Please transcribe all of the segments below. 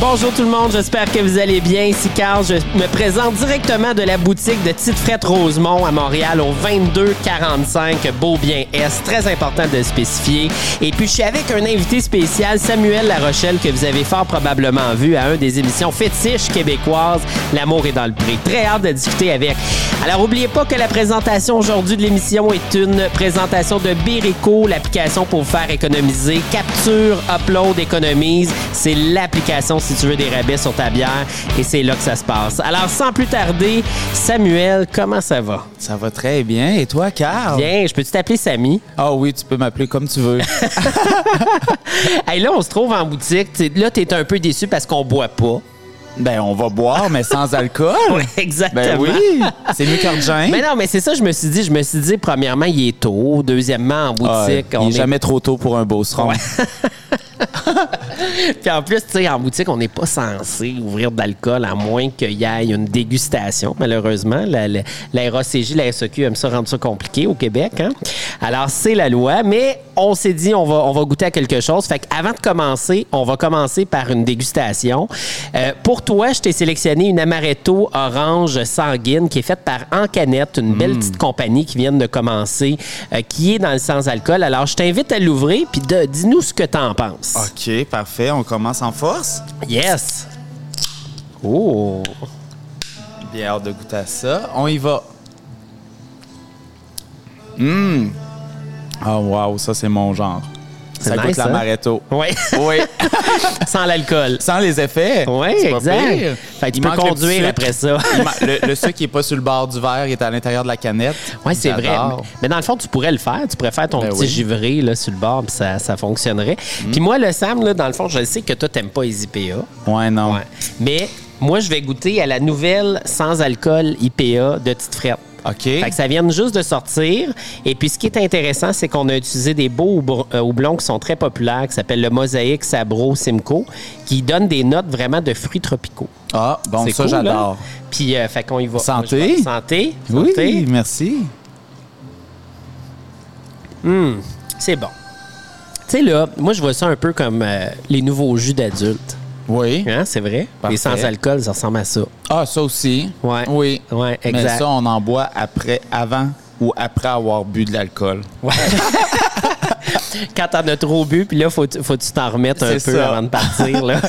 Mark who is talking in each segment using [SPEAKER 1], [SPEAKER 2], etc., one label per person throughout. [SPEAKER 1] Bonjour tout le monde, j'espère que vous allez bien. Ici Carl, je me présente directement de la boutique de Tite Frette Rosemont à Montréal au 2245 Beaubien Est. Très important de le spécifier. Et puis je suis avec un invité spécial, Samuel Larochelle, que vous avez fort probablement vu à un des émissions fétiches québécoises, L'amour est dans le prix. Très hâte de discuter avec. Alors n'oubliez pas que la présentation aujourd'hui de l'émission est une présentation de Birico, l'application pour vous faire économiser. Capture, upload, économise. C'est l'application si tu veux des rabais sur ta bière et c'est là que ça se passe. Alors sans plus tarder, Samuel, comment ça va?
[SPEAKER 2] Ça va très bien. Et toi, Carl?
[SPEAKER 1] Bien, je peux-tu t'appeler Samy?
[SPEAKER 2] Ah oui, tu peux m'appeler comme tu veux.
[SPEAKER 1] Hey, là, on se trouve en boutique. T'sais, Là, t'es un peu déçu parce qu'on boit pas.
[SPEAKER 2] ben, on va boire, mais sans alcool.
[SPEAKER 1] Ouais, exactement.
[SPEAKER 2] Ben oui, c'est mieux qu'un gin.
[SPEAKER 1] Mais non, mais c'est ça, je me suis dit. Je me suis dit, premièrement, il est tôt. Deuxièmement, en
[SPEAKER 2] Ah,
[SPEAKER 1] boutique,
[SPEAKER 2] il
[SPEAKER 1] on
[SPEAKER 2] est
[SPEAKER 1] est-
[SPEAKER 2] jamais trop tôt pour un beau seron.
[SPEAKER 1] Puis en plus, tu sais, en boutique, on n'est pas censé ouvrir d'alcool à moins qu'il y ait une dégustation. Malheureusement, la, la, la RACJ, la SEQ aime ça rendre ça compliqué au Québec. hein. Alors, c'est la loi, mais on s'est dit, on va, on va goûter à quelque chose. Fait avant de commencer, on va commencer par une dégustation. Euh, pour toi, je t'ai sélectionné une amaretto orange sanguine qui est faite par Encanette, une belle petite compagnie qui vient de commencer, euh, qui est dans le sans-alcool. Alors, je t'invite à l'ouvrir, puis de- dis-nous ce que t'en penses.
[SPEAKER 2] OK, parfait. On commence en force.
[SPEAKER 1] Yes! Oh!
[SPEAKER 2] Bien hâte de goûter à ça. On y va. Hum. Ah, wow, ça, c'est mon genre. Ça
[SPEAKER 1] nice,
[SPEAKER 2] goûte la
[SPEAKER 1] hein?
[SPEAKER 2] l'amaretto.
[SPEAKER 1] Ouais,
[SPEAKER 2] Oui.
[SPEAKER 1] sans l'alcool.
[SPEAKER 2] Sans les effets.
[SPEAKER 1] Ouais,
[SPEAKER 2] C'est pas
[SPEAKER 1] exact.
[SPEAKER 2] pire.
[SPEAKER 1] Fait que tu
[SPEAKER 2] Il
[SPEAKER 1] peux
[SPEAKER 2] manque le petit
[SPEAKER 1] conduire
[SPEAKER 2] sucre.
[SPEAKER 1] après ça.
[SPEAKER 2] Il ma- le, le sucre qui n'est pas sur le bord du verre, il est à l'intérieur de la canette.
[SPEAKER 1] Oui, c'est vrai.
[SPEAKER 2] J'adore.
[SPEAKER 1] Mais dans le fond, tu pourrais le faire. Tu pourrais faire ton
[SPEAKER 2] Ben
[SPEAKER 1] petit
[SPEAKER 2] oui. Mm.
[SPEAKER 1] givré là, sur le bord, puis ça, ça fonctionnerait. Puis moi, le Sam, là, dans le fond, je le sais que toi, t'aimes pas les IPA.
[SPEAKER 2] Ouais, non.
[SPEAKER 1] Ouais. Mais moi, je vais goûter à la nouvelle sans-alcool IPA de Tite Frette.
[SPEAKER 2] OK.
[SPEAKER 1] Fait que ça vient juste de sortir. Et puis, ce qui est intéressant, c'est qu'on a utilisé des beaux houbr- euh, houblons qui sont très populaires, qui s'appellent le Mosaïque, Sabro, Simcoe, qui donnent des notes vraiment de fruits tropicaux.
[SPEAKER 2] Ah, bon,
[SPEAKER 1] C'est
[SPEAKER 2] ça,
[SPEAKER 1] cool,
[SPEAKER 2] j'adore.
[SPEAKER 1] hein? Puis, euh, fait qu'on y va.
[SPEAKER 2] Santé.
[SPEAKER 1] Moi, je vais- Santé.
[SPEAKER 2] Oui,
[SPEAKER 1] Santé.
[SPEAKER 2] merci.
[SPEAKER 1] C'est bon. Tu sais, là, moi, je vois ça un peu comme euh, les nouveaux jus d'adultes.
[SPEAKER 2] Oui.
[SPEAKER 1] Hein, c'est vrai?
[SPEAKER 2] Parfait.
[SPEAKER 1] Les sans-alcool, ça ressemble à ça.
[SPEAKER 2] Ah, ça aussi.
[SPEAKER 1] Ouais.
[SPEAKER 2] Oui.
[SPEAKER 1] Ouais,
[SPEAKER 2] Mais
[SPEAKER 1] exact.
[SPEAKER 2] ça, on en boit après, avant ou après avoir bu de l'alcool.
[SPEAKER 1] Quand t'en as trop bu, puis là, faut, faut que tu t'en remettre un peu
[SPEAKER 2] C'est ça.
[SPEAKER 1] avant de partir, là.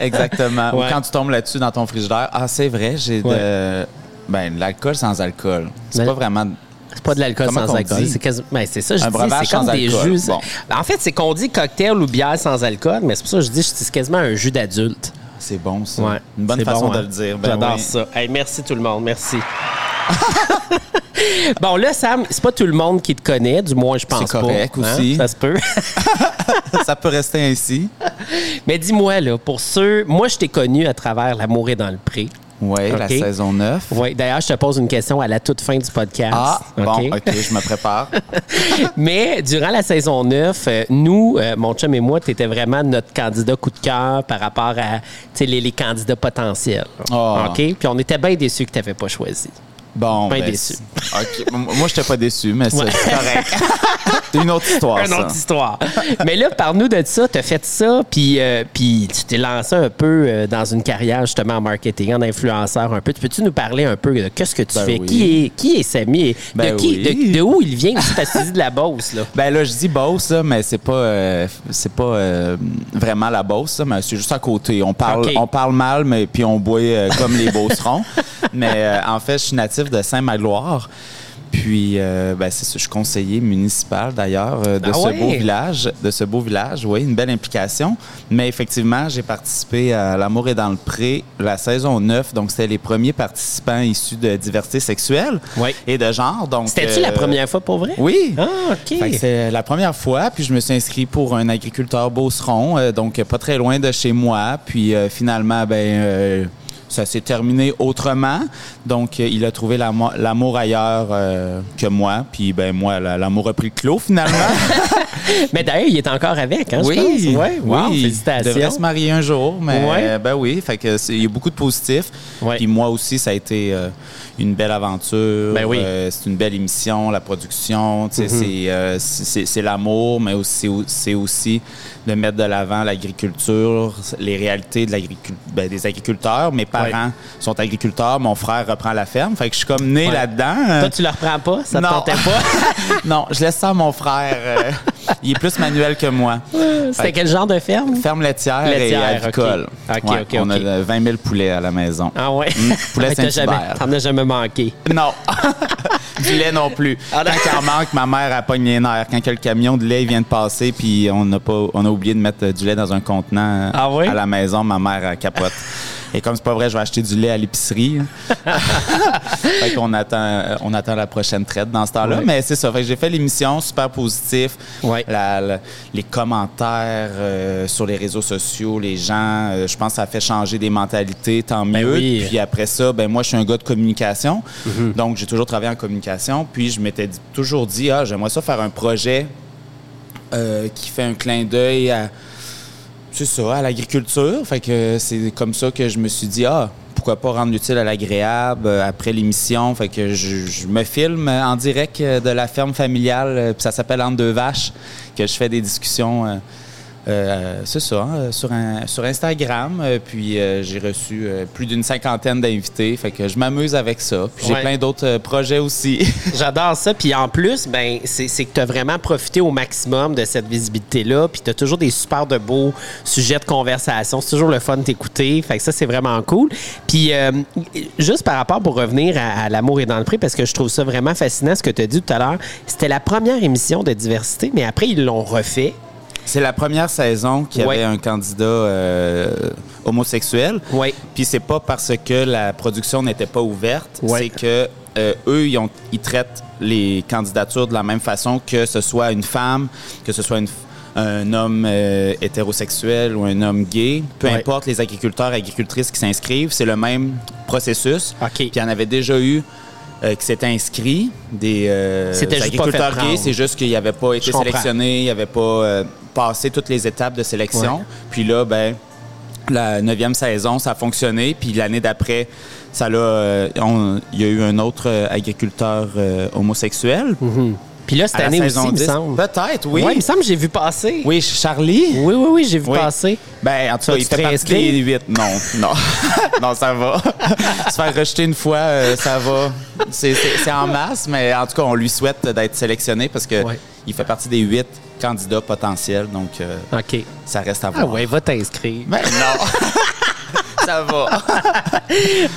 [SPEAKER 2] Exactement.
[SPEAKER 1] Ouais.
[SPEAKER 2] Ou quand tu tombes là-dessus dans ton frigidaire, ah, c'est vrai, j'ai de. Ben, de l'alcool sans alcool. C'est
[SPEAKER 1] Ben,
[SPEAKER 2] pas vraiment.
[SPEAKER 1] C'est pas de l'alcool
[SPEAKER 2] Comment
[SPEAKER 1] sans
[SPEAKER 2] qu'on
[SPEAKER 1] alcool.
[SPEAKER 2] dit?
[SPEAKER 1] C'est quasi- ben, c'est ça, je
[SPEAKER 2] Un
[SPEAKER 1] dis.
[SPEAKER 2] breuvage
[SPEAKER 1] C'est comme
[SPEAKER 2] sans
[SPEAKER 1] des
[SPEAKER 2] alcool.
[SPEAKER 1] jus. ça.
[SPEAKER 2] Bon.
[SPEAKER 1] Ben, En fait, c'est qu'on dit cocktail ou bière sans alcool, mais c'est pour ça que je dis c'est quasiment un jus d'adulte.
[SPEAKER 2] Ah, C'est bon, ça.
[SPEAKER 1] Ouais.
[SPEAKER 2] Une bonne
[SPEAKER 1] C'est
[SPEAKER 2] façon
[SPEAKER 1] bon,
[SPEAKER 2] de
[SPEAKER 1] hein.
[SPEAKER 2] le dire. Ben
[SPEAKER 1] J'adore
[SPEAKER 2] oui.
[SPEAKER 1] ça. Hey, merci tout le monde. Merci. bon, là, Sam, c'est pas tout le monde qui te connaît, du moins, je pense pas.
[SPEAKER 2] correct
[SPEAKER 1] Hein?
[SPEAKER 2] aussi.
[SPEAKER 1] Ça se peut.
[SPEAKER 2] ça peut rester ainsi.
[SPEAKER 1] mais dis-moi, là, pour ceux. Moi, je t'ai connu à travers L'amour est dans le pré.
[SPEAKER 2] Oui, la
[SPEAKER 1] OK.
[SPEAKER 2] saison 9.
[SPEAKER 1] Oui, d'ailleurs, je te pose une question à la toute fin du podcast.
[SPEAKER 2] Ah,
[SPEAKER 1] OK?
[SPEAKER 2] bon, OK, je me prépare.
[SPEAKER 1] Mais durant la saison 9, euh, nous, euh, mon chum et moi, tu étais vraiment notre candidat coup de cœur par rapport à tu sais, les, les candidats potentiels.
[SPEAKER 2] Ah.
[SPEAKER 1] OK? Puis on était bien déçus que tu n'avais pas choisi.
[SPEAKER 2] Bon,
[SPEAKER 1] Pas
[SPEAKER 2] ben,
[SPEAKER 1] déçu.
[SPEAKER 2] c'est- OK. M- Moi, j'étais pas déçu, mais ça, c'est correct. c'est une autre histoire,
[SPEAKER 1] Une
[SPEAKER 2] ça.
[SPEAKER 1] autre histoire. Mais là, parle-nous de ça. Tu as fait ça, puis euh, puis tu t'es lancé un peu euh, dans une carrière justement en marketing, en influenceur un peu. Peux-tu nous parler un peu de qu'est-ce que tu
[SPEAKER 2] Ben
[SPEAKER 1] fais?
[SPEAKER 2] oui.
[SPEAKER 1] Qui est, qui est Samy? Et
[SPEAKER 2] Ben
[SPEAKER 1] de, qui,
[SPEAKER 2] oui.
[SPEAKER 1] de, de où il vient? Parce que tu dis de la Beauce, là.
[SPEAKER 2] Ben là, je dis Beauce, là, mais c'est pas, euh, c'est pas euh, vraiment la Beauce, là, mais c'est juste à côté. On parle,
[SPEAKER 1] OK.
[SPEAKER 2] on parle mal, mais puis on boit euh, comme les Beaucerons. mais euh, en fait, je suis natif de Saint-Magloire. Puis, euh, ben, c'est ça, je suis conseiller municipal d'ailleurs euh, de
[SPEAKER 1] Ah
[SPEAKER 2] ce
[SPEAKER 1] ouais?
[SPEAKER 2] beau village, de ce beau village. Oui, une belle implication. Mais effectivement, j'ai participé à L'amour est dans le pré, la saison 9. Donc, c'était les premiers participants issus de diversité sexuelle
[SPEAKER 1] Oui.
[SPEAKER 2] et de genre. Donc,
[SPEAKER 1] C'était-tu la
[SPEAKER 2] euh,
[SPEAKER 1] première fois pour vrai?
[SPEAKER 2] Oui.
[SPEAKER 1] Ah, OK.
[SPEAKER 2] Fait que C'est la première fois, puis je me suis inscrit pour un agriculteur beauceron, euh, donc euh, pas très loin de chez moi. Puis euh, finalement, ben, euh, ça s'est terminé autrement. Donc, euh, il a trouvé l'amo- l'amour ailleurs euh, que moi. Puis, ben moi, la- l'amour a pris le clos finalement.
[SPEAKER 1] Mais d'ailleurs, il est encore avec, hein,
[SPEAKER 2] oui,
[SPEAKER 1] je pense. Ouais, wow,
[SPEAKER 2] oui. Il devrait se
[SPEAKER 1] félicitations.
[SPEAKER 2] marier un jour, mais
[SPEAKER 1] Ouais.
[SPEAKER 2] euh, ben oui, fait que c'est- il y a beaucoup de positifs.
[SPEAKER 1] Ouais.
[SPEAKER 2] Puis moi aussi, ça a été euh, une belle aventure.
[SPEAKER 1] Ben oui. Mm-hmm.
[SPEAKER 2] Euh, c'est une belle émission, la production, tu sais, c'est, euh, c'est, c'est- c'est l'amour, mais aussi c'est aussi de mettre de l'avant l'agriculture, les réalités de l'agricul- ben, des agriculteurs. Mes parents sont agriculteurs, mon frère reprend la ferme, fait que je suis comme né
[SPEAKER 1] Ouais.
[SPEAKER 2] là-dedans.
[SPEAKER 1] Toi, tu le reprends pas? Ça te
[SPEAKER 2] Non.
[SPEAKER 1] tentait pas?
[SPEAKER 2] non, je laisse ça à mon frère. euh, il est plus manuel que moi.
[SPEAKER 1] C'était quel genre de ferme?
[SPEAKER 2] Ferme laitière,
[SPEAKER 1] Laitière,
[SPEAKER 2] et avicole.
[SPEAKER 1] ok. Ok, ok,
[SPEAKER 2] on
[SPEAKER 1] ok.
[SPEAKER 2] a euh, 20 000 poulets à la maison.
[SPEAKER 1] Ah ouais?
[SPEAKER 2] Mm, poulet
[SPEAKER 1] Ah, t'as jamais-
[SPEAKER 2] Saint-Hubert.
[SPEAKER 1] T'en as jamais manqué.
[SPEAKER 2] Non, du lait non plus.
[SPEAKER 1] Ah,
[SPEAKER 2] Quand il en manque, ma mère a pogné les nerfs. Quand que le camion de lait vient de passer, puis on n'a pas, on a oublié de mettre euh, du lait dans un contenant euh,
[SPEAKER 1] Ah oui?
[SPEAKER 2] à la maison, ma mère euh, capote. Et comme c'est pas vrai, je vais acheter du lait à l'épicerie. fait qu'on attend, euh, on attend la prochaine traite dans ce temps-là.
[SPEAKER 1] Ouais.
[SPEAKER 2] Mais c'est ça. Fait que j'ai fait l'émission super positif.
[SPEAKER 1] Ouais.
[SPEAKER 2] La- la- les commentaires euh, sur les réseaux sociaux, les gens, euh, je pense que ça a fait changer des mentalités, tant mieux.
[SPEAKER 1] oui.
[SPEAKER 2] Puis après ça, ben moi, je suis un gars de communication. Donc, j'ai toujours travaillé en communication. Puis je m'étais dit- toujours dit, ah, j'aimerais ça faire un projet euh, qui fait un clin d'œil à, c'est ça, à l'agriculture. Fait que c'est comme ça que je me suis dit, ah, pourquoi pas rendre l'utile à l'agréable euh, après l'émission. Fait que je, je me filme en direct euh, de la ferme familiale, euh, puis ça s'appelle Entre deux vaches, que je fais des discussions. euh, euh, c'est ça, hein, sur, un- sur Instagram. euh, Puis euh, j'ai reçu euh, plus d'une cinquantaine d'invités. Fait que je m'amuse avec ça. Puis j'ai
[SPEAKER 1] Ouais.
[SPEAKER 2] plein d'autres euh, projets aussi.
[SPEAKER 1] J'adore ça. Puis en plus, ben, c'est c'est que tu as vraiment profité au maximum de cette visibilité-là. Puis tu as toujours des super de beaux sujets de conversation. C'est toujours le fun de t'écouter. Fait que ça, c'est vraiment cool. Puis euh, juste par rapport pour revenir à, à L'amour est dans le prix, parce que je trouve ça vraiment fascinant ce que tu as dit tout à l'heure. C'était la première émission de diversité, mais après, ils l'ont refait.
[SPEAKER 2] C'est la première saison qu'il y
[SPEAKER 1] Ouais.
[SPEAKER 2] avait un candidat euh, homosexuel.
[SPEAKER 1] Ouais.
[SPEAKER 2] Puis c'est pas parce que la production n'était pas ouverte,
[SPEAKER 1] Ouais.
[SPEAKER 2] c'est que euh, eux ils, ont- ils traitent les candidatures de la même façon que ce soit une femme, que ce soit une f- un homme euh, hétérosexuel ou un homme gay, peu
[SPEAKER 1] Ouais.
[SPEAKER 2] importe les agriculteurs et agricultrices qui s'inscrivent, c'est le même processus.
[SPEAKER 1] OK.
[SPEAKER 2] Puis il y en avait déjà eu euh, qui s'étaient inscrits, des euh,
[SPEAKER 1] C'était juste pas fait
[SPEAKER 2] agriculteurs gays,
[SPEAKER 1] prendre.
[SPEAKER 2] c'est juste qu'il n'avait pas été
[SPEAKER 1] comprends.
[SPEAKER 2] sélectionné, il n'avait pas euh, passé toutes les étapes de sélection.
[SPEAKER 1] Ouais.
[SPEAKER 2] Puis là, ben, la neuvième saison, ça a fonctionné. Puis l'année d'après, ça l'a, euh, on- il y a eu un autre euh, agriculteur euh, homosexuel.
[SPEAKER 1] Puis là, cette
[SPEAKER 2] À la
[SPEAKER 1] année aussi,
[SPEAKER 2] saison
[SPEAKER 1] il me
[SPEAKER 2] 10.
[SPEAKER 1] semble.
[SPEAKER 2] Peut-être, oui.
[SPEAKER 1] Mhm. Ouais, il me semble que j'ai vu passer.
[SPEAKER 2] Oui, Charlie.
[SPEAKER 1] oui, oui, oui, j'ai vu
[SPEAKER 2] Oui.
[SPEAKER 1] passer.
[SPEAKER 2] Ben, en tout
[SPEAKER 1] Ça,
[SPEAKER 2] cas,
[SPEAKER 1] tu
[SPEAKER 2] il fait
[SPEAKER 1] te
[SPEAKER 2] partie
[SPEAKER 1] réinscris?
[SPEAKER 2] des huit. Non, non. non, ça va. Se faire rejeter une fois, euh, ça va. C'est- C'est c'est en masse, mais en tout cas, on lui souhaite d'être sélectionné parce que
[SPEAKER 1] Ouais.
[SPEAKER 2] il fait partie des huit candidats potentiels. Donc, euh,
[SPEAKER 1] OK.
[SPEAKER 2] ça reste à voir.
[SPEAKER 1] Ah ouais, va t'inscrire.
[SPEAKER 2] Ben non. ça va.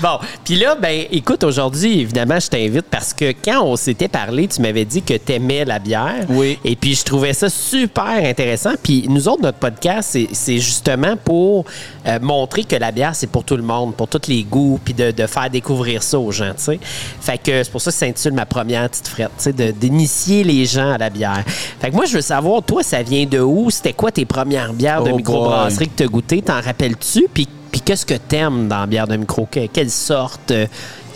[SPEAKER 1] Bon, puis là, ben, écoute, aujourd'hui, évidemment, je t'invite parce que quand on s'était parlé, tu m'avais dit que t'aimais la bière.
[SPEAKER 2] Oui.
[SPEAKER 1] Et puis, je trouvais ça super intéressant. Puis, nous autres, notre podcast, c'est- c'est justement pour euh, montrer que la bière, c'est pour tout le monde, pour tous les goûts, puis de, de faire découvrir ça aux gens, tu sais. Fait que c'est pour ça que ça s'intitule ma première petite frette, tu sais, de- d'initier les gens à la bière. Fait que moi, je veux savoir, toi, ça vient de où? C'était quoi tes premières bières de
[SPEAKER 2] Oh boy.
[SPEAKER 1] microbrasserie? que tu as goûté, t'en rappelles-tu? Puis, puis qu'est-ce que t'aimes dans la bière de micro? Que- quelle sorte? euh,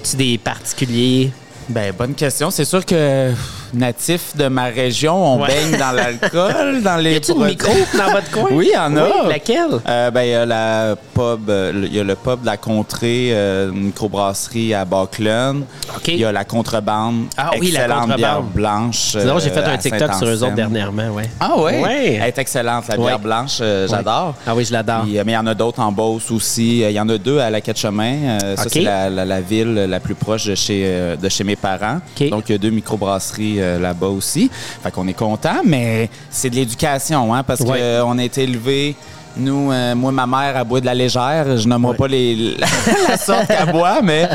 [SPEAKER 1] tu des particuliers?
[SPEAKER 2] Ben, bonne question. C'est sûr que natif de ma région, on
[SPEAKER 1] Ouais.
[SPEAKER 2] baigne dans l'alcool, dans
[SPEAKER 1] Y
[SPEAKER 2] les
[SPEAKER 1] a-tu une
[SPEAKER 2] produits-
[SPEAKER 1] micro dans votre coin?
[SPEAKER 2] Oui, il y en a.
[SPEAKER 1] Oui, laquelle?
[SPEAKER 2] Euh, ben, il y a la pub, euh, il y a le pub de la contrée, euh, une microbrasserie à Buckland.
[SPEAKER 1] OK.
[SPEAKER 2] Il y a la contrebande.
[SPEAKER 1] Ah oui, la
[SPEAKER 2] excellente
[SPEAKER 1] Contrebande.
[SPEAKER 2] bière blanche. euh,
[SPEAKER 1] Sinon, j'ai fait un
[SPEAKER 2] à
[SPEAKER 1] TikTok sur eux autres
[SPEAKER 2] Saint-Anselme.
[SPEAKER 1] dernièrement, ouais.
[SPEAKER 2] Ah oui?
[SPEAKER 1] Ouais.
[SPEAKER 2] Elle est excellente, la bière
[SPEAKER 1] Ouais.
[SPEAKER 2] blanche. euh, J'adore.
[SPEAKER 1] Ah oui, je l'adore.
[SPEAKER 2] Puis, euh, mais il y en a d'autres en Beauce aussi. Euh, Il y en a deux à la Quête-Chemin. Euh, Ça,
[SPEAKER 1] OK.
[SPEAKER 2] c'est la, la- la ville la plus proche de chez, euh, de chez mes parents.
[SPEAKER 1] OK.
[SPEAKER 2] Donc, il y a deux microbrasseries euh, là-bas aussi. Fait qu'on est content, mais c'est de l'éducation, hein, parce
[SPEAKER 1] Ouais.
[SPEAKER 2] qu'on a été élevés. Nous, euh, moi, ma mère, elle boit de la légère. Je nommerai
[SPEAKER 1] Ouais.
[SPEAKER 2] pas les, la sorte qu'elle boit, mais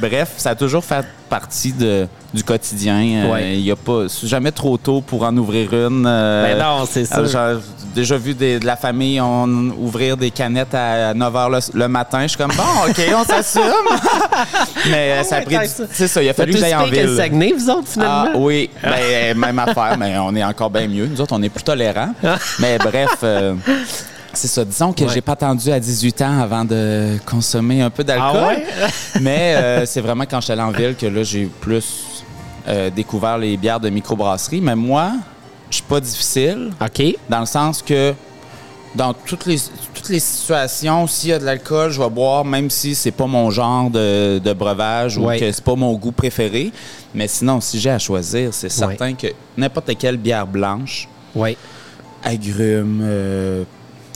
[SPEAKER 2] bref, ça a toujours fait partie de, du quotidien. Euh,
[SPEAKER 1] Ouais.
[SPEAKER 2] Il y a pas, c'est jamais trop tôt pour en ouvrir une. euh,
[SPEAKER 1] Ben non, c'est sûr.
[SPEAKER 2] euh, genre, J'ai déjà vu des- de la famille on, ouvrir des canettes à 9 h le, le matin. Je suis comme, bon, OK, on s'assume. mais euh, ça a
[SPEAKER 1] Ah ouais,
[SPEAKER 2] pris.
[SPEAKER 1] t'as
[SPEAKER 2] du-
[SPEAKER 1] ça.
[SPEAKER 2] C'est ça, il a
[SPEAKER 1] T'as
[SPEAKER 2] fallu
[SPEAKER 1] tout
[SPEAKER 2] que j'aille en
[SPEAKER 1] expliqué que le
[SPEAKER 2] ville.
[SPEAKER 1] Saguenay, vous autres,
[SPEAKER 2] Ah,
[SPEAKER 1] finalement?
[SPEAKER 2] oui, ben, euh, même affaire, mais on est encore bien mieux. Nous autres, on est plus tolérants. mais bref, euh, c'est ça. Disons que
[SPEAKER 1] Ah. Ouais.
[SPEAKER 2] j'ai pas attendu à 18 ans avant de consommer un peu d'alcool.
[SPEAKER 1] Ah ouais?
[SPEAKER 2] mais euh, c'est vraiment quand j'étais allé en ville que là, j'ai plus euh, découvert les bières de microbrasserie. Mais moi, je suis pas pas difficile,
[SPEAKER 1] OK.
[SPEAKER 2] dans le sens que dans toutes les, toutes les situations, s'il y a de l'alcool, je vais boire, même si c'est pas mon genre de, de breuvage
[SPEAKER 1] Ouais.
[SPEAKER 2] ou que c'est pas mon goût préféré. Mais sinon, si j'ai à choisir, c'est
[SPEAKER 1] Ouais.
[SPEAKER 2] certain que n'importe quelle bière blanche,
[SPEAKER 1] Oui.
[SPEAKER 2] agrumes, euh,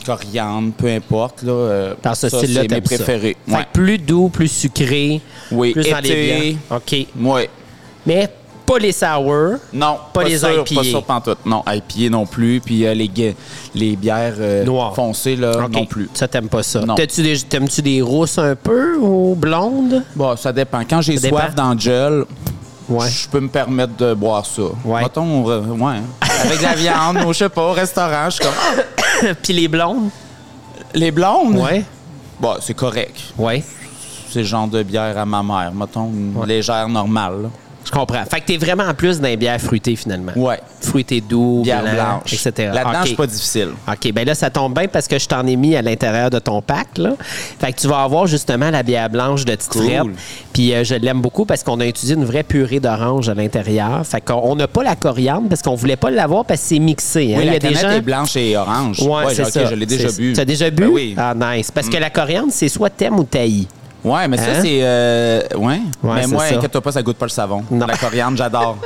[SPEAKER 2] coriandre, peu importe. Là, euh,
[SPEAKER 1] Dans ce
[SPEAKER 2] ça,
[SPEAKER 1] style-là,
[SPEAKER 2] c'est mes
[SPEAKER 1] t'aimes ça.
[SPEAKER 2] préférés.
[SPEAKER 1] Fait que
[SPEAKER 2] Ouais.
[SPEAKER 1] plus doux, plus sucré,
[SPEAKER 2] Oui,
[SPEAKER 1] plus dans les
[SPEAKER 2] été.
[SPEAKER 1] bières. OK.
[SPEAKER 2] Ouais.
[SPEAKER 1] Mais pas les sour.
[SPEAKER 2] Non,
[SPEAKER 1] Pas les
[SPEAKER 2] sûr,
[SPEAKER 1] IPA.
[SPEAKER 2] Pas sûr, pantoute. Non, IPA non plus. Puis euh, les, gai- les bières euh,
[SPEAKER 1] Noires.
[SPEAKER 2] foncées, là,
[SPEAKER 1] OK.
[SPEAKER 2] non plus.
[SPEAKER 1] Ça, t'aimes pas ça.
[SPEAKER 2] Non.
[SPEAKER 1] T'as-tu des- T'aimes-tu des, rousses un peu ou blondes?
[SPEAKER 2] Bon, ça dépend. Quand j'ai
[SPEAKER 1] Ça
[SPEAKER 2] soif
[SPEAKER 1] dépend.
[SPEAKER 2] dans le gel,
[SPEAKER 1] Ouais.
[SPEAKER 2] je peux me permettre de boire ça.
[SPEAKER 1] Ouais.
[SPEAKER 2] Mettons, euh, ouais. Avec la viande, ou je sais pas, au restaurant, je suis comme... Ah!
[SPEAKER 1] Puis les blondes?
[SPEAKER 2] Les blondes?
[SPEAKER 1] Ouais.
[SPEAKER 2] Bon, c'est correct.
[SPEAKER 1] Ouais.
[SPEAKER 2] C'est le genre de bière à ma mère. Mettons, une légère, normale. là.
[SPEAKER 1] Je comprends. Fait que t'es vraiment en plus d'un bière fruitée, finalement.
[SPEAKER 2] Ouais.
[SPEAKER 1] Fruité doux,
[SPEAKER 2] Bière
[SPEAKER 1] blanc,
[SPEAKER 2] blanche.
[SPEAKER 1] etc.
[SPEAKER 2] Là-dedans,
[SPEAKER 1] OK.
[SPEAKER 2] je suis pas difficile.
[SPEAKER 1] OK, ben là, ça tombe bien parce que je t'en ai mis à l'intérieur de ton pack. Là. Fait que tu vas avoir justement la bière blanche de Tite
[SPEAKER 2] Cool.
[SPEAKER 1] Frette. Puis euh, je l'aime beaucoup parce qu'on a utilisé une vraie purée d'orange à l'intérieur. Fait qu'on on n'a pas la coriandre parce qu'on voulait pas l'avoir parce que c'est mixé. hein. Il
[SPEAKER 2] Oui,
[SPEAKER 1] y
[SPEAKER 2] la
[SPEAKER 1] a des
[SPEAKER 2] canette
[SPEAKER 1] gens...
[SPEAKER 2] est blanche et orange.
[SPEAKER 1] Ouais,
[SPEAKER 2] Ouais,
[SPEAKER 1] c'est
[SPEAKER 2] ok,
[SPEAKER 1] ça.
[SPEAKER 2] je l'ai déjà
[SPEAKER 1] C'est-
[SPEAKER 2] bu.
[SPEAKER 1] T'as déjà bu?
[SPEAKER 2] Ben oui.
[SPEAKER 1] Ah, nice. Parce que la coriandre, c'est soit t'aimes ou taillis.
[SPEAKER 2] Ouais, mais
[SPEAKER 1] Hein?
[SPEAKER 2] ça, c'est. euh, ouais. Mais
[SPEAKER 1] c'est
[SPEAKER 2] moi,
[SPEAKER 1] ça.
[SPEAKER 2] inquiète-toi pas, ça goûte pas le savon.
[SPEAKER 1] Non.
[SPEAKER 2] La coriandre, j'adore.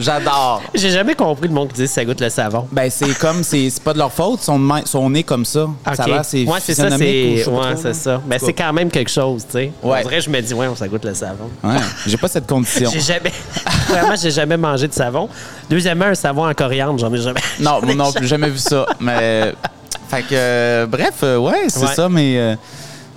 [SPEAKER 2] j'adore.
[SPEAKER 1] J'ai jamais compris le monde qui dit que ça goûte le savon.
[SPEAKER 2] Ben, c'est comme. C'est c'est pas de leur faute, son, main- son nez comme ça. Ça
[SPEAKER 1] OK.
[SPEAKER 2] va, c'est.
[SPEAKER 1] ouais, c'est ça,
[SPEAKER 2] physionomique ou je
[SPEAKER 1] c'est
[SPEAKER 2] sais pas
[SPEAKER 1] ouais,
[SPEAKER 2] trop,
[SPEAKER 1] c'est
[SPEAKER 2] là.
[SPEAKER 1] ça. Mais c'est quand même quelque chose, tu sais.
[SPEAKER 2] Ouais.
[SPEAKER 1] On dirait, je me dis, ouais, ça goûte le savon.
[SPEAKER 2] Ouais, j'ai pas cette condition.
[SPEAKER 1] J'ai jamais. Vraiment, j'ai jamais mangé de savon. Deuxièmement, un savon en coriandre, j'en ai jamais.
[SPEAKER 2] non, moi non, j'ai jamais vu ça. Mais. Fait que. euh, bref, euh, ouais, c'est
[SPEAKER 1] Ouais.
[SPEAKER 2] ça, mais. euh,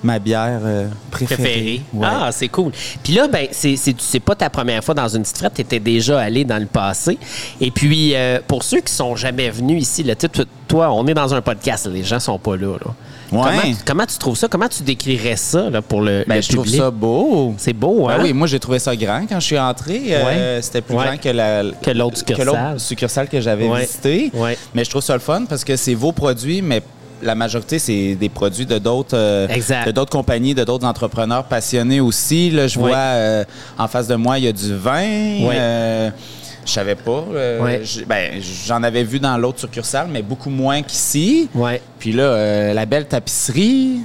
[SPEAKER 2] ma bière euh, préférée.
[SPEAKER 1] Préféré.
[SPEAKER 2] Ouais.
[SPEAKER 1] Ah, c'est cool. Puis là, ben, c'est- c'est c'est pas ta première fois dans une petite frette. Tu étais déjà allé dans le passé. Et puis, euh, pour ceux qui sont jamais venus ici, là, tu sais, tu- toi, on est dans un podcast. Les gens sont pas là. là.
[SPEAKER 2] Ouais.
[SPEAKER 1] Comment, comment tu trouves ça? Comment tu décrirais ça là, pour le,
[SPEAKER 2] Ben,
[SPEAKER 1] le
[SPEAKER 2] je trouve
[SPEAKER 1] public?
[SPEAKER 2] ça beau.
[SPEAKER 1] C'est beau, hein?
[SPEAKER 2] Ah oui, moi j'ai trouvé ça grand quand je suis entré. Euh, C'était plus
[SPEAKER 1] Ouais.
[SPEAKER 2] grand que la
[SPEAKER 1] Que l'autre succursale.
[SPEAKER 2] l'autre succursale que j'avais
[SPEAKER 1] Ouais.
[SPEAKER 2] visitée.
[SPEAKER 1] Ouais.
[SPEAKER 2] Mais je trouve ça le fun parce que c'est vos produits, mais la majorité c'est des produits de d'autres euh,
[SPEAKER 1] Exact.
[SPEAKER 2] de d'autres compagnies, de d'autres entrepreneurs passionnés aussi. Là, je
[SPEAKER 1] Ouais.
[SPEAKER 2] vois euh, en face de moi il y a du vin.
[SPEAKER 1] Ouais.
[SPEAKER 2] euh, je savais pas. euh,
[SPEAKER 1] Ouais.
[SPEAKER 2] j'ai- ben, j'en avais vu dans l'autre succursale, mais beaucoup moins qu'ici.
[SPEAKER 1] Ouais.
[SPEAKER 2] Puis là, euh, la belle tapisserie.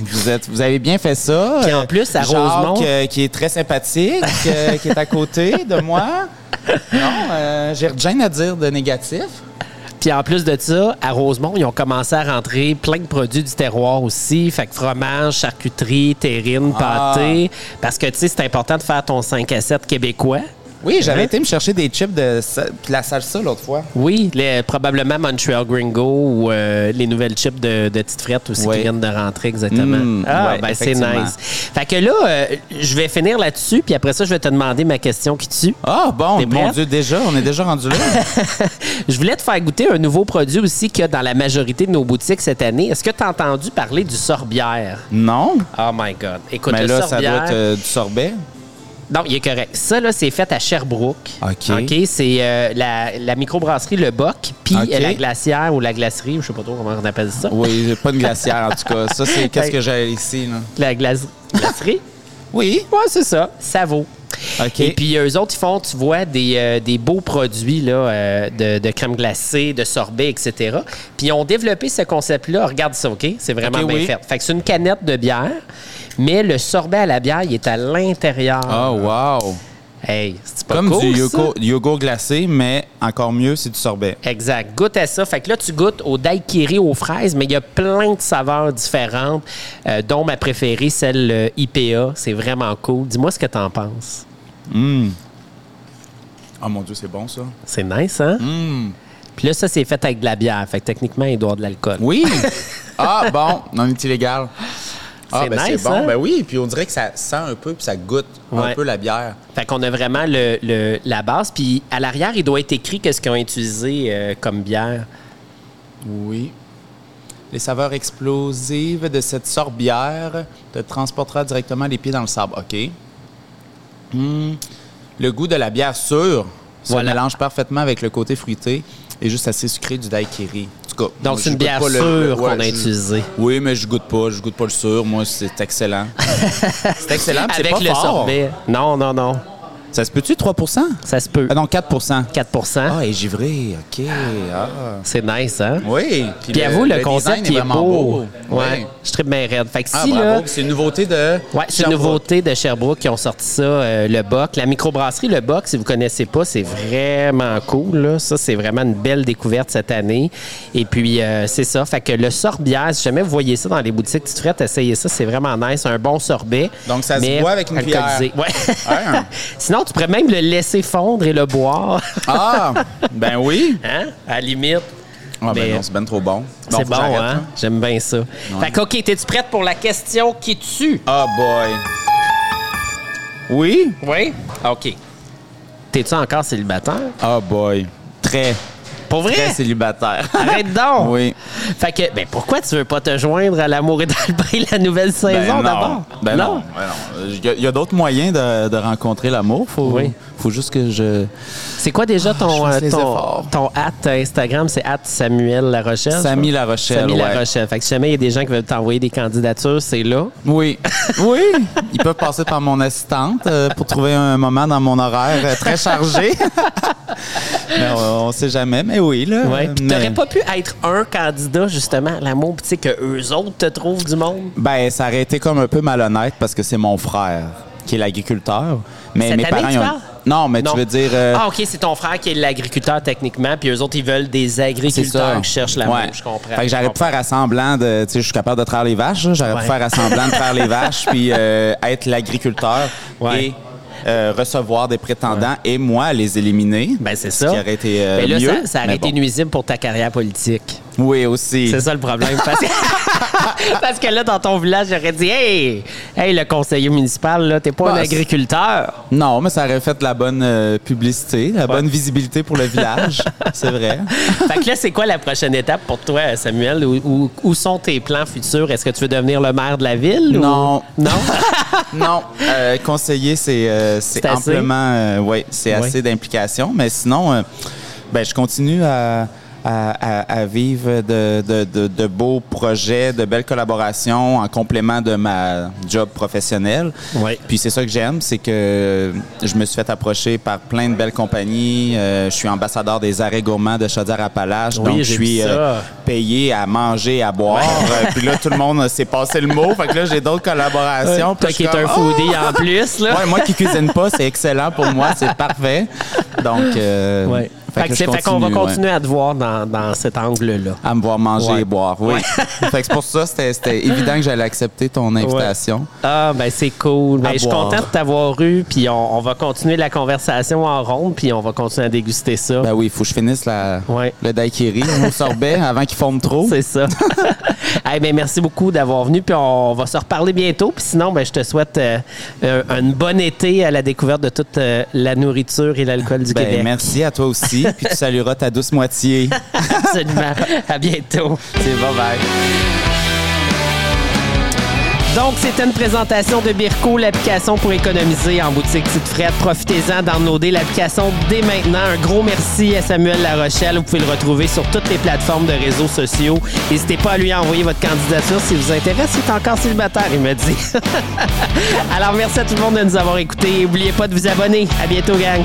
[SPEAKER 2] vous, êtes, vous avez bien fait ça.
[SPEAKER 1] Puis en plus, à
[SPEAKER 2] Jacques,
[SPEAKER 1] Rosemont-
[SPEAKER 2] euh, qui est très sympathique, euh, qui est à côté de moi. Non, euh, j'ai rien à dire de négatif.
[SPEAKER 1] Puis en plus de ça, à Rosemont, ils ont commencé à rentrer plein de produits du terroir aussi. Fait que fromage, charcuterie, terrine,
[SPEAKER 2] Ah.
[SPEAKER 1] pâté. Parce que, tu sais, c'est important de faire ton 5 à 7 québécois.
[SPEAKER 2] Oui, j'avais
[SPEAKER 1] Hein?
[SPEAKER 2] été me chercher des chips de, sa- de la salsa l'autre fois.
[SPEAKER 1] Oui, les- probablement Montreal Gringo ou euh, les nouvelles chips de, de Tite Frette aussi
[SPEAKER 2] Oui.
[SPEAKER 1] qui viennent de rentrer, exactement.
[SPEAKER 2] Mm,
[SPEAKER 1] ah,
[SPEAKER 2] ouais,
[SPEAKER 1] ben c'est
[SPEAKER 2] effectivement.
[SPEAKER 1] nice. Fait que là, euh, je vais finir là-dessus, puis après ça, je vais te demander ma question qui tue.
[SPEAKER 2] Ah bon,
[SPEAKER 1] T'es
[SPEAKER 2] mon
[SPEAKER 1] prête?
[SPEAKER 2] Dieu, déjà, on est déjà rendu là.
[SPEAKER 1] Je voulais te faire goûter un nouveau produit aussi qu'il y a dans la majorité de nos boutiques cette année. Est-ce que tu as entendu parler du sorbière?
[SPEAKER 2] non.
[SPEAKER 1] Oh my God. Écoute,
[SPEAKER 2] Mais
[SPEAKER 1] le
[SPEAKER 2] là, ça
[SPEAKER 1] sorbière...
[SPEAKER 2] doit être euh, du sorbet.
[SPEAKER 1] Non, il est correct. Ça, là, c'est fait à Sherbrooke.
[SPEAKER 2] OK.
[SPEAKER 1] c'est euh, la, la microbrasserie Le Boc, puis
[SPEAKER 2] OK.
[SPEAKER 1] euh, la glacière ou la glacerie, je sais pas trop comment on appelle ça.
[SPEAKER 2] Oui, j'ai pas de glacière en tout cas. Ça, c'est qu'est-ce que j'ai ici. Là.
[SPEAKER 1] La glace- glacerie?
[SPEAKER 2] Oui.
[SPEAKER 1] ouais, c'est ça. Ça vaut.
[SPEAKER 2] OK.
[SPEAKER 1] Et puis, eux autres, ils font, tu vois, des, euh, des beaux produits là, euh, de, de crème glacée, de sorbet, etc. Puis, ils ont développé ce concept-là. Regarde ça, OK? C'est vraiment
[SPEAKER 2] OK,
[SPEAKER 1] bien
[SPEAKER 2] oui.
[SPEAKER 1] fait. Fait que c'est une canette de bière, mais le sorbet à la bière, il est à l'intérieur.
[SPEAKER 2] Oh, wow.
[SPEAKER 1] Hey, c'est pas
[SPEAKER 2] Comme
[SPEAKER 1] cool,
[SPEAKER 2] du
[SPEAKER 1] ça?
[SPEAKER 2] yogourt, yogourt glacé, mais encore mieux, c'est du sorbet.
[SPEAKER 1] Exact. Goûte à ça. Fait que là, tu goûtes au daiquiri aux fraises, mais il y a plein de saveurs différentes, euh, dont ma préférée, celle euh, IPA. C'est vraiment cool. Dis-moi ce que t'en penses.
[SPEAKER 2] Oh mon Dieu, c'est bon ça.
[SPEAKER 1] C'est nice, hein?
[SPEAKER 2] Hmm.
[SPEAKER 1] Puis là, ça, c'est fait avec de la bière. Fait que techniquement, il doit y avoir de l'alcool.
[SPEAKER 2] Oui. ah bon, non, est illégal. Ah
[SPEAKER 1] C'est
[SPEAKER 2] ben
[SPEAKER 1] nice,
[SPEAKER 2] c'est bon,
[SPEAKER 1] hein?
[SPEAKER 2] ben oui, puis on dirait que ça sent un peu puis ça goûte
[SPEAKER 1] Ouais.
[SPEAKER 2] un peu la bière.
[SPEAKER 1] Fait qu'on a vraiment le, le- la base. Puis à l'arrière, il doit être écrit qu'est-ce qu'ils ont utilisé euh, comme bière.
[SPEAKER 2] Oui. Les saveurs explosives de cette sorbière te transportera directement les pieds dans le sable. OK. Hmm. Le goût de la bière sûre se
[SPEAKER 1] Voilà.
[SPEAKER 2] mélange parfaitement avec le côté fruité et juste assez sucré du daiquiri. En tout cas, moi,
[SPEAKER 1] Donc, c'est
[SPEAKER 2] je
[SPEAKER 1] une
[SPEAKER 2] goûte
[SPEAKER 1] bière
[SPEAKER 2] pas le-
[SPEAKER 1] sûre
[SPEAKER 2] ouais,
[SPEAKER 1] qu'on a
[SPEAKER 2] je-
[SPEAKER 1] utilisée.
[SPEAKER 2] Oui, mais je goûte pas. Je goûte pas le sûr. Moi, c'est excellent. c'est excellent. puis c'est
[SPEAKER 1] Avec
[SPEAKER 2] pas
[SPEAKER 1] le
[SPEAKER 2] fort.
[SPEAKER 1] sorbet. Non, non, non.
[SPEAKER 2] Ça se peut-tu, 3
[SPEAKER 1] Ça se peut.
[SPEAKER 2] Ah non, 4
[SPEAKER 1] 4
[SPEAKER 2] Ah, et givré, OK. Ah.
[SPEAKER 1] C'est nice, hein?
[SPEAKER 2] Oui.
[SPEAKER 1] Puis avoue, le, concept,
[SPEAKER 2] design
[SPEAKER 1] il est
[SPEAKER 2] vraiment
[SPEAKER 1] beau. Ouais.
[SPEAKER 2] Oui.
[SPEAKER 1] Je tripe bien raide. Fait que
[SPEAKER 2] Ah,
[SPEAKER 1] si, là...
[SPEAKER 2] bravo. C'est une nouveauté de.
[SPEAKER 1] Ouais, c'est une
[SPEAKER 2] Sherbrooke.
[SPEAKER 1] nouveauté de Sherbrooke qui ont sorti ça, euh, le Boc. La microbrasserie Le Boc, si vous connaissez pas, c'est vraiment cool. là. Ça, c'est vraiment une belle découverte cette année. Et puis, euh, c'est ça. Fait que le sorbière, si jamais vous voyez ça dans les boutiques petites frettes, essayez ça. C'est vraiment nice. Un bon sorbet.
[SPEAKER 2] Donc, ça se
[SPEAKER 1] mais
[SPEAKER 2] boit avec une cuillère.
[SPEAKER 1] alcoolisé. Ouais.
[SPEAKER 2] Hein?
[SPEAKER 1] Sinon, tu pourrais même le laisser fondre et le boire.
[SPEAKER 2] Ah, ben oui.
[SPEAKER 1] Hein? À la limite.
[SPEAKER 2] Ah, ben
[SPEAKER 1] Mais-
[SPEAKER 2] non, c'est ben trop bon.
[SPEAKER 1] C'est
[SPEAKER 2] faut que
[SPEAKER 1] bon,
[SPEAKER 2] j'arrête,
[SPEAKER 1] hein? J'aime bien ça. Fait que, OK, es-tu prête pour la question qui tue?
[SPEAKER 2] Ah, boy. Oui?
[SPEAKER 1] Oui? OK. T'es-tu encore célibataire?
[SPEAKER 2] Ah, boy. Très,
[SPEAKER 1] Pour vrai? Ah, ben
[SPEAKER 2] très célibataire.
[SPEAKER 1] Arrête donc!
[SPEAKER 2] Oui.
[SPEAKER 1] Fait que, ben pourquoi tu veux pas te joindre à l'amour et dans le bain la nouvelle saison
[SPEAKER 2] non.
[SPEAKER 1] d'abord?
[SPEAKER 2] Ben non. ben non. Il y a- il y a, d'autres moyens de, de rencontrer l'amour. Faut,
[SPEAKER 1] Oui.
[SPEAKER 2] faut juste que je.
[SPEAKER 1] C'est quoi déjà ton,
[SPEAKER 2] je fais
[SPEAKER 1] euh,
[SPEAKER 2] les
[SPEAKER 1] ton,
[SPEAKER 2] efforts.
[SPEAKER 1] ton at euh, Instagram? C'est at Samuel La Rochelle?
[SPEAKER 2] Samy
[SPEAKER 1] je crois.
[SPEAKER 2] La Rochelle,
[SPEAKER 1] Samy La
[SPEAKER 2] ouais. Euh,
[SPEAKER 1] Rochelle. Fait que si jamais il y a des gens qui veulent t'envoyer des candidatures, c'est là.
[SPEAKER 2] Oui. Oui. Ils peuvent passer par mon assistante euh, pour trouver un moment dans mon horaire euh, très chargé. mais on, on sait jamais, mais oui, là.
[SPEAKER 1] Ouais. Puis
[SPEAKER 2] mais-
[SPEAKER 1] t'aurais pas pu être un candidat, justement, à l'amour, pis tu sais, que eux autres te trouvent du monde?
[SPEAKER 2] Ben, ça aurait été comme un peu malhonnête parce que c'est mon frère qui est l'agriculteur. Mais
[SPEAKER 1] Cette
[SPEAKER 2] mes
[SPEAKER 1] année,
[SPEAKER 2] parents.
[SPEAKER 1] tu
[SPEAKER 2] ils ont-
[SPEAKER 1] parles?
[SPEAKER 2] Non, mais
[SPEAKER 1] Non.
[SPEAKER 2] tu veux dire. euh,
[SPEAKER 1] Ah, OK, c'est ton frère qui est l'agriculteur techniquement, puis eux autres, ils veulent des
[SPEAKER 2] C'est ça.
[SPEAKER 1] agriculteurs qui cherchent l'amour.
[SPEAKER 2] Ouais.
[SPEAKER 1] Je comprends.
[SPEAKER 2] Fait que j'aurais pu faire à semblant de. Tu sais, je suis capable de traire les vaches. là. J'aurais
[SPEAKER 1] Ouais.
[SPEAKER 2] pu faire à semblant de traire les vaches puis euh, être l'agriculteur
[SPEAKER 1] Ouais.
[SPEAKER 2] et euh, recevoir des prétendants et moi les éliminer.
[SPEAKER 1] Ben, c'est
[SPEAKER 2] Ce
[SPEAKER 1] ça.
[SPEAKER 2] qui aurait été euh,
[SPEAKER 1] Mais là,
[SPEAKER 2] mieux.
[SPEAKER 1] ça, ça aurait
[SPEAKER 2] Mais
[SPEAKER 1] été
[SPEAKER 2] bon.
[SPEAKER 1] nuisible pour ta carrière politique.
[SPEAKER 2] Oui, aussi.
[SPEAKER 1] C'est ça le problème. Parce que, parce que là, dans ton village, j'aurais dit Hey, hey le conseiller municipal, là, t'es pas un
[SPEAKER 2] Ouais, Bah, c'est-
[SPEAKER 1] agriculteur.
[SPEAKER 2] Non, mais ça aurait fait la bonne euh, publicité, la bonne visibilité pour le village. c'est vrai.
[SPEAKER 1] fait que là, c'est quoi la prochaine étape pour toi, Samuel? Où, où- où sont tes plans futurs? Est-ce que tu veux devenir le maire de la ville? ou-
[SPEAKER 2] Non.
[SPEAKER 1] Non?
[SPEAKER 2] Non, euh, conseiller, c'est euh, c'est
[SPEAKER 1] C'est assez.
[SPEAKER 2] amplement, euh, ouais, c'est
[SPEAKER 1] Oui.
[SPEAKER 2] assez d'implication. Mais sinon, euh, ben, je continue à, à- à- à vivre de, de- de- de beaux projets, de belles collaborations en complément de ma job professionnelle.
[SPEAKER 1] Oui.
[SPEAKER 2] Puis c'est ça que j'aime, c'est que je me suis fait approcher par plein de belles compagnies. Euh, je suis ambassadeur des arrêts gourmands de Chaudière-Appalaches,
[SPEAKER 1] Oui,
[SPEAKER 2] donc je
[SPEAKER 1] j'ai vu
[SPEAKER 2] suis
[SPEAKER 1] ça.
[SPEAKER 2] euh, payé à manger, à boire. Euh, Puis là, tout le monde s'est passé le mot. Fait que là, j'ai d'autres collaborations.
[SPEAKER 1] Euh, Toi
[SPEAKER 2] Puis je
[SPEAKER 1] qui
[SPEAKER 2] suis
[SPEAKER 1] es un
[SPEAKER 2] comme,
[SPEAKER 1] foodie en plus,
[SPEAKER 2] Ah!
[SPEAKER 1] là.
[SPEAKER 2] Ouais, moi qui cuisine pas, c'est excellent pour moi, c'est parfait. Donc, euh,
[SPEAKER 1] Ouais. Fait, que
[SPEAKER 2] je
[SPEAKER 1] c'est- fait qu'on va
[SPEAKER 2] continue, ouais,
[SPEAKER 1] continuer à te voir dans, dans cet angle-là.
[SPEAKER 2] à me voir manger
[SPEAKER 1] Ouais.
[SPEAKER 2] et boire, oui. fait que c'est pour ça, c'était- c'était évident que j'allais accepter ton invitation.
[SPEAKER 1] Ah, ben c'est cool. Ben,
[SPEAKER 2] À
[SPEAKER 1] je suis
[SPEAKER 2] boire.
[SPEAKER 1] content de t'avoir eu, puis on, on va continuer la conversation en ronde, puis on va continuer à déguster ça.
[SPEAKER 2] Ben oui, il faut que je finisse la,
[SPEAKER 1] Ouais.
[SPEAKER 2] le daiquiri au sorbet avant qu'il fonde trop.
[SPEAKER 1] C'est ça. Eh ben, merci beaucoup d'avoir venu. Puis on va se reparler bientôt. Puis sinon, ben, je te souhaite euh, euh, un bon été à la découverte de toute euh, la nourriture et l'alcool du
[SPEAKER 2] Ben,
[SPEAKER 1] Québec.
[SPEAKER 2] merci à toi aussi. Puis tu salueras ta douce moitié.
[SPEAKER 1] Absolument. à bientôt.
[SPEAKER 2] C'est bye bye.
[SPEAKER 1] Donc, c'était une présentation de Birko, l'application pour économiser en boutique Petite Frette. Profitez-en d'enloader l'application dès maintenant. Un gros merci à Samuel Larochelle. Vous pouvez le retrouver sur toutes les plateformes de réseaux sociaux. N'hésitez pas à lui envoyer votre candidature si vous intéresse. Il est encore célibataire, il me dit. Alors, merci à tout le monde de nous avoir écoutés. N'oubliez pas de vous abonner. À bientôt, gang.